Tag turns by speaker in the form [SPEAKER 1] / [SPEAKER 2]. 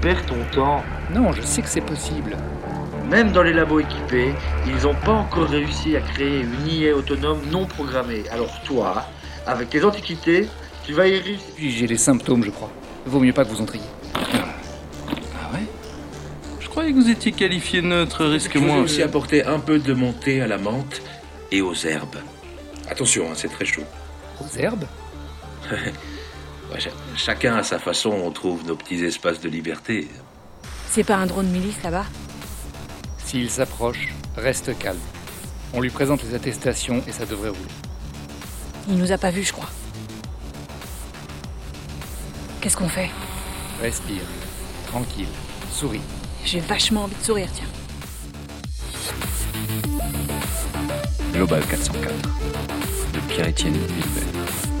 [SPEAKER 1] perds ton temps.
[SPEAKER 2] Non, je sais que c'est possible.
[SPEAKER 1] Même dans les labos équipés, ils n'ont pas encore réussi à créer une IA autonome non programmée. Alors toi, avec tes antiquités, tu vas y réussir.
[SPEAKER 2] J'ai les symptômes, je crois. Vaut mieux pas que vous entriez.
[SPEAKER 3] Ah ouais Je croyais que vous étiez qualifié neutre, risque
[SPEAKER 4] Je vous ai
[SPEAKER 3] moins.
[SPEAKER 4] aussi apporté un peu de montée à la menthe et aux herbes. Attention, hein, c'est très chaud.
[SPEAKER 2] Aux herbes
[SPEAKER 4] Ouais, cha- chacun à sa façon, on trouve nos petits espaces de liberté.
[SPEAKER 5] C'est pas un drone milice là-bas
[SPEAKER 2] S'il s'approche, reste calme. On lui présente les attestations et ça devrait rouler.
[SPEAKER 5] Il nous a pas vus, je crois. Qu'est-ce qu'on fait
[SPEAKER 2] Respire. Tranquille. Souris.
[SPEAKER 5] J'ai vachement envie de sourire, tiens.
[SPEAKER 6] Global 404 de Pierre-Étienne Wilber.